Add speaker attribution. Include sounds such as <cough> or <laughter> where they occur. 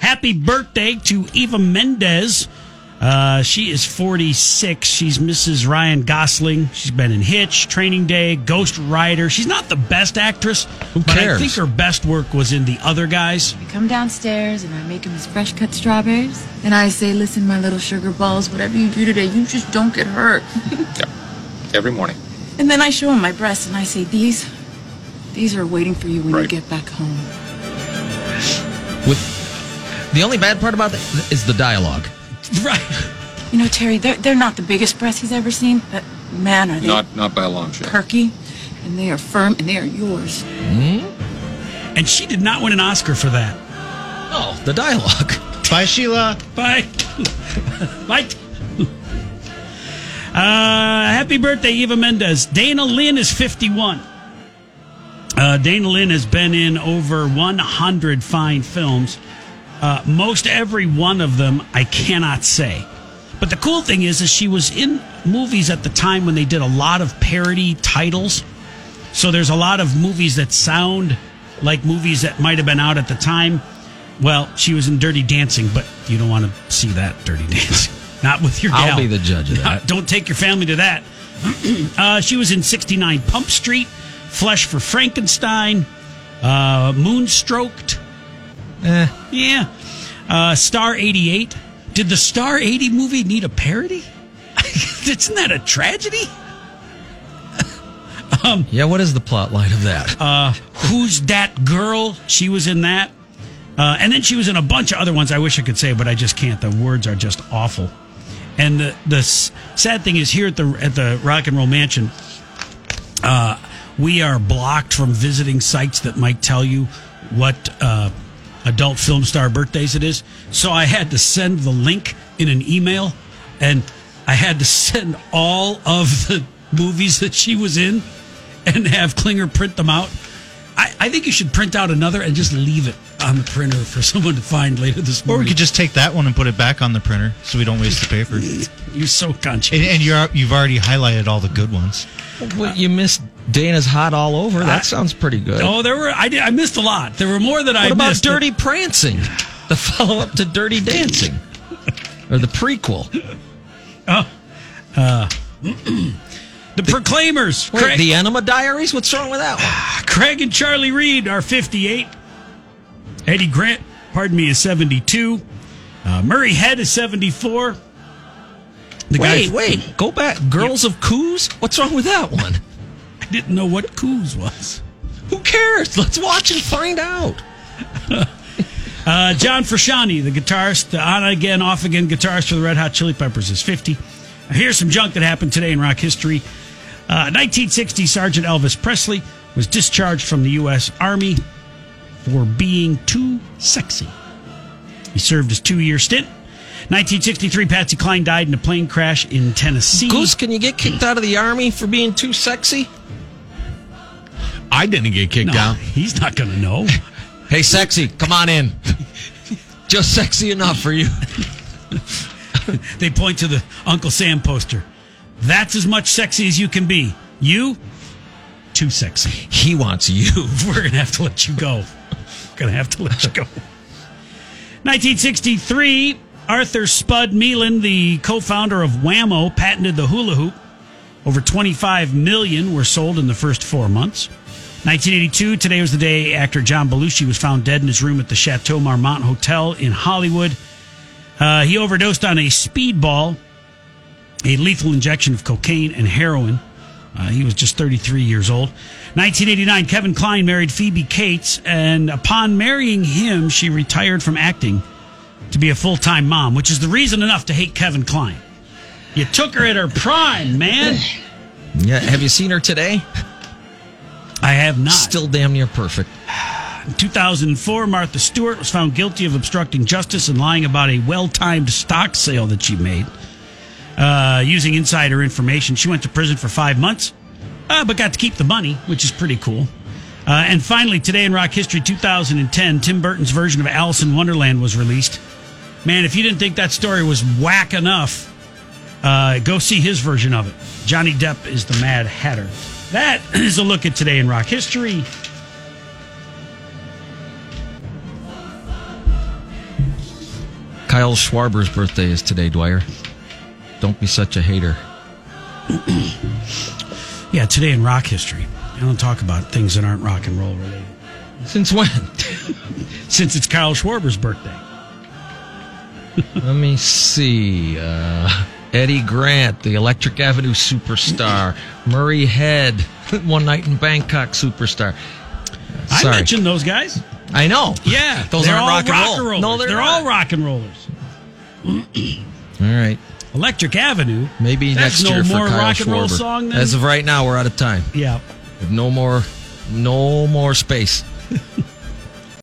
Speaker 1: happy birthday to Eva Mendez. Uh, she is 46. She's Mrs. Ryan Gosling. She's been in Hitch, Training Day, Ghost Rider. She's not the best actress,
Speaker 2: Who
Speaker 1: but I
Speaker 2: cares?
Speaker 1: think her best work was in The Other Guys.
Speaker 3: I come downstairs and I make him his fresh cut strawberries. And I say, listen, my little sugar balls, whatever you do today, you just don't get hurt.
Speaker 4: Every morning.
Speaker 3: And then I show him my breasts and I say, these, these are waiting for you when you
Speaker 4: Right.
Speaker 3: get back home.
Speaker 2: With the only bad part about that is the dialogue.
Speaker 1: Right.
Speaker 3: You know, Terry, they're, they're not the biggest breasts he's ever seen, but man, are they
Speaker 4: Not not by a long shot.
Speaker 3: perky and they are firm and they are yours.
Speaker 1: And she did not win an Oscar for that.
Speaker 2: Oh, the dialogue.
Speaker 5: Bye, Sheila.
Speaker 1: Bye. <laughs> Bye. Uh, happy birthday, Eva Mendez. Dana Lynn is 51. Uh, Dana Lynn has been in over 100 fine films. Uh, most every one of them, I cannot say. But the cool thing is, is she was in movies at the time when they did a lot of parody titles. So there's a lot of movies that sound like movies that might have been out at the time. Well, she was in Dirty Dancing, but you don't want to see that Dirty <laughs> Dancing. Not with your
Speaker 2: I'll
Speaker 1: gal.
Speaker 2: be the judge of that.
Speaker 1: Don't take your family to that. <clears throat> uh, she was in 69 Pump Street, Flesh for Frankenstein, uh, Moonstroked.
Speaker 2: Eh.
Speaker 1: Yeah. Uh, Star 88. Did the Star 80 movie need a parody? <laughs> Isn't that a tragedy?
Speaker 2: <laughs> Yeah, what is the plot line of that?
Speaker 1: Who's That Girl? She was in that. Uh, and then she was in a bunch of other ones I wish I could say, but I just can't. The words are just awful. And the, the s- sad thing is here at the at the Rock and Roll Mansion, uh, we are blocked from visiting sites that might tell you what uh, adult film star birthdays it is. So I had to send the link in an email, and I had to send all of the movies that she was in, and have Klinger print them out. I, I think you should print out another and just leave it on the printer for someone to find later this
Speaker 5: Or
Speaker 1: morning.
Speaker 5: we could just take that one and put it back on the printer so we don't waste the paper. And,
Speaker 1: You're so conscious.
Speaker 5: and you're, you've already highlighted all the good ones.
Speaker 2: well, you missed Dana's hot all over. That sounds pretty good.
Speaker 1: Oh, there were I did I missed a lot. There were more that I
Speaker 2: what about
Speaker 1: missed.
Speaker 2: Dirty Prancing? The follow up to Dirty Dancing. Or the prequel.
Speaker 1: The Proclaimers.
Speaker 2: Wait,
Speaker 1: Craig,
Speaker 2: the Enema Diaries? What's wrong with that one?
Speaker 1: Craig and Charlie Reed are 58. Eddie Grant, pardon me, is 72. Uh, Murray Head is 74. The
Speaker 2: wait,
Speaker 1: guy
Speaker 2: wait. Go back. Girls of Coos? What's wrong with that one?
Speaker 1: I didn't know what Coos was.
Speaker 2: Who cares? Let's watch and find out.
Speaker 1: Uh, John Frusciante, the guitarist, the on again, off again guitarist for the Red Hot Chili Peppers, is 50. Here's some junk that happened today in rock history. Uh, 1960, Sergeant Elvis Presley was discharged from the U.S. Army for being too sexy. He served his two year stint. 1963, Patsy Cline died in a plane crash in Tennessee.
Speaker 2: Goose, can you get kicked out of the army for being too sexy?
Speaker 6: I didn't get kicked
Speaker 1: No,
Speaker 6: out.
Speaker 1: he's not going to know.
Speaker 2: Hey, sexy, come on in. Just sexy enough for you.
Speaker 1: they point to the Uncle Sam poster. That's as much sexy as you can be. You, too sexy.
Speaker 2: He wants you.
Speaker 1: <laughs> we're gonna have to let you go. gonna have to let you go. 1963, Arthur Spud Meelan, the co-founder of Whammo, patented the hula hoop. Over 25 million were sold in the first four months. 1982, today was the day actor John Belushi was found dead in his room at the Chateau Marmont Hotel in Hollywood. Uh, he overdosed on a speedball, a lethal injection of cocaine and heroin. Uh, he was just 33 years old. 1989, Kevin Klein married Phoebe Cates, and upon marrying him, she retired from acting to be a full time mom, which is the reason enough to hate Kevin Klein. You took her at her prime, man.
Speaker 2: Yeah, have you seen her today?
Speaker 1: I have not.
Speaker 2: Still damn near perfect.
Speaker 1: 2004, Martha Stewart was found guilty of obstructing justice and lying about a well timed stock sale that she made uh, using insider information. She went to prison for five months, uh, but got to keep the money, which is pretty cool. Uh, and finally, today in rock history 2010, Tim Burton's version of Alice in Wonderland was released. Man, if you didn't think that story was whack enough, uh, go see his version of it. Johnny Depp is the Mad Hatter. That is a look at today in rock history.
Speaker 2: Kyle Schwarber's birthday is today, Dwyer. Don't be such a hater.
Speaker 1: Yeah, today in rock history. I don't talk about things that aren't rock and roll related.
Speaker 2: Since when?
Speaker 1: Since it's Kyle Schwarber's birthday.
Speaker 2: Let me see. Uh, Eddie Grant, the Electric Avenue superstar. Murray Head, <laughs> One Night in Bangkok superstar.
Speaker 1: I
Speaker 2: Sorry.
Speaker 1: mentioned those guys.
Speaker 2: I know.
Speaker 1: Yeah,
Speaker 2: Those
Speaker 1: they're
Speaker 2: aren't
Speaker 1: all
Speaker 2: rock and roll.
Speaker 1: rollers.
Speaker 2: No, they're
Speaker 1: all
Speaker 2: not.
Speaker 1: rock and rollers.
Speaker 2: All right.
Speaker 1: Electric Avenue.
Speaker 2: Maybe
Speaker 1: That's
Speaker 2: next
Speaker 1: no
Speaker 2: year for
Speaker 1: more
Speaker 2: Kyle
Speaker 1: rock and roll
Speaker 2: Schwarber.
Speaker 1: song than-
Speaker 2: As of right now, we're out of time.
Speaker 1: Yeah.
Speaker 2: No more, no more space.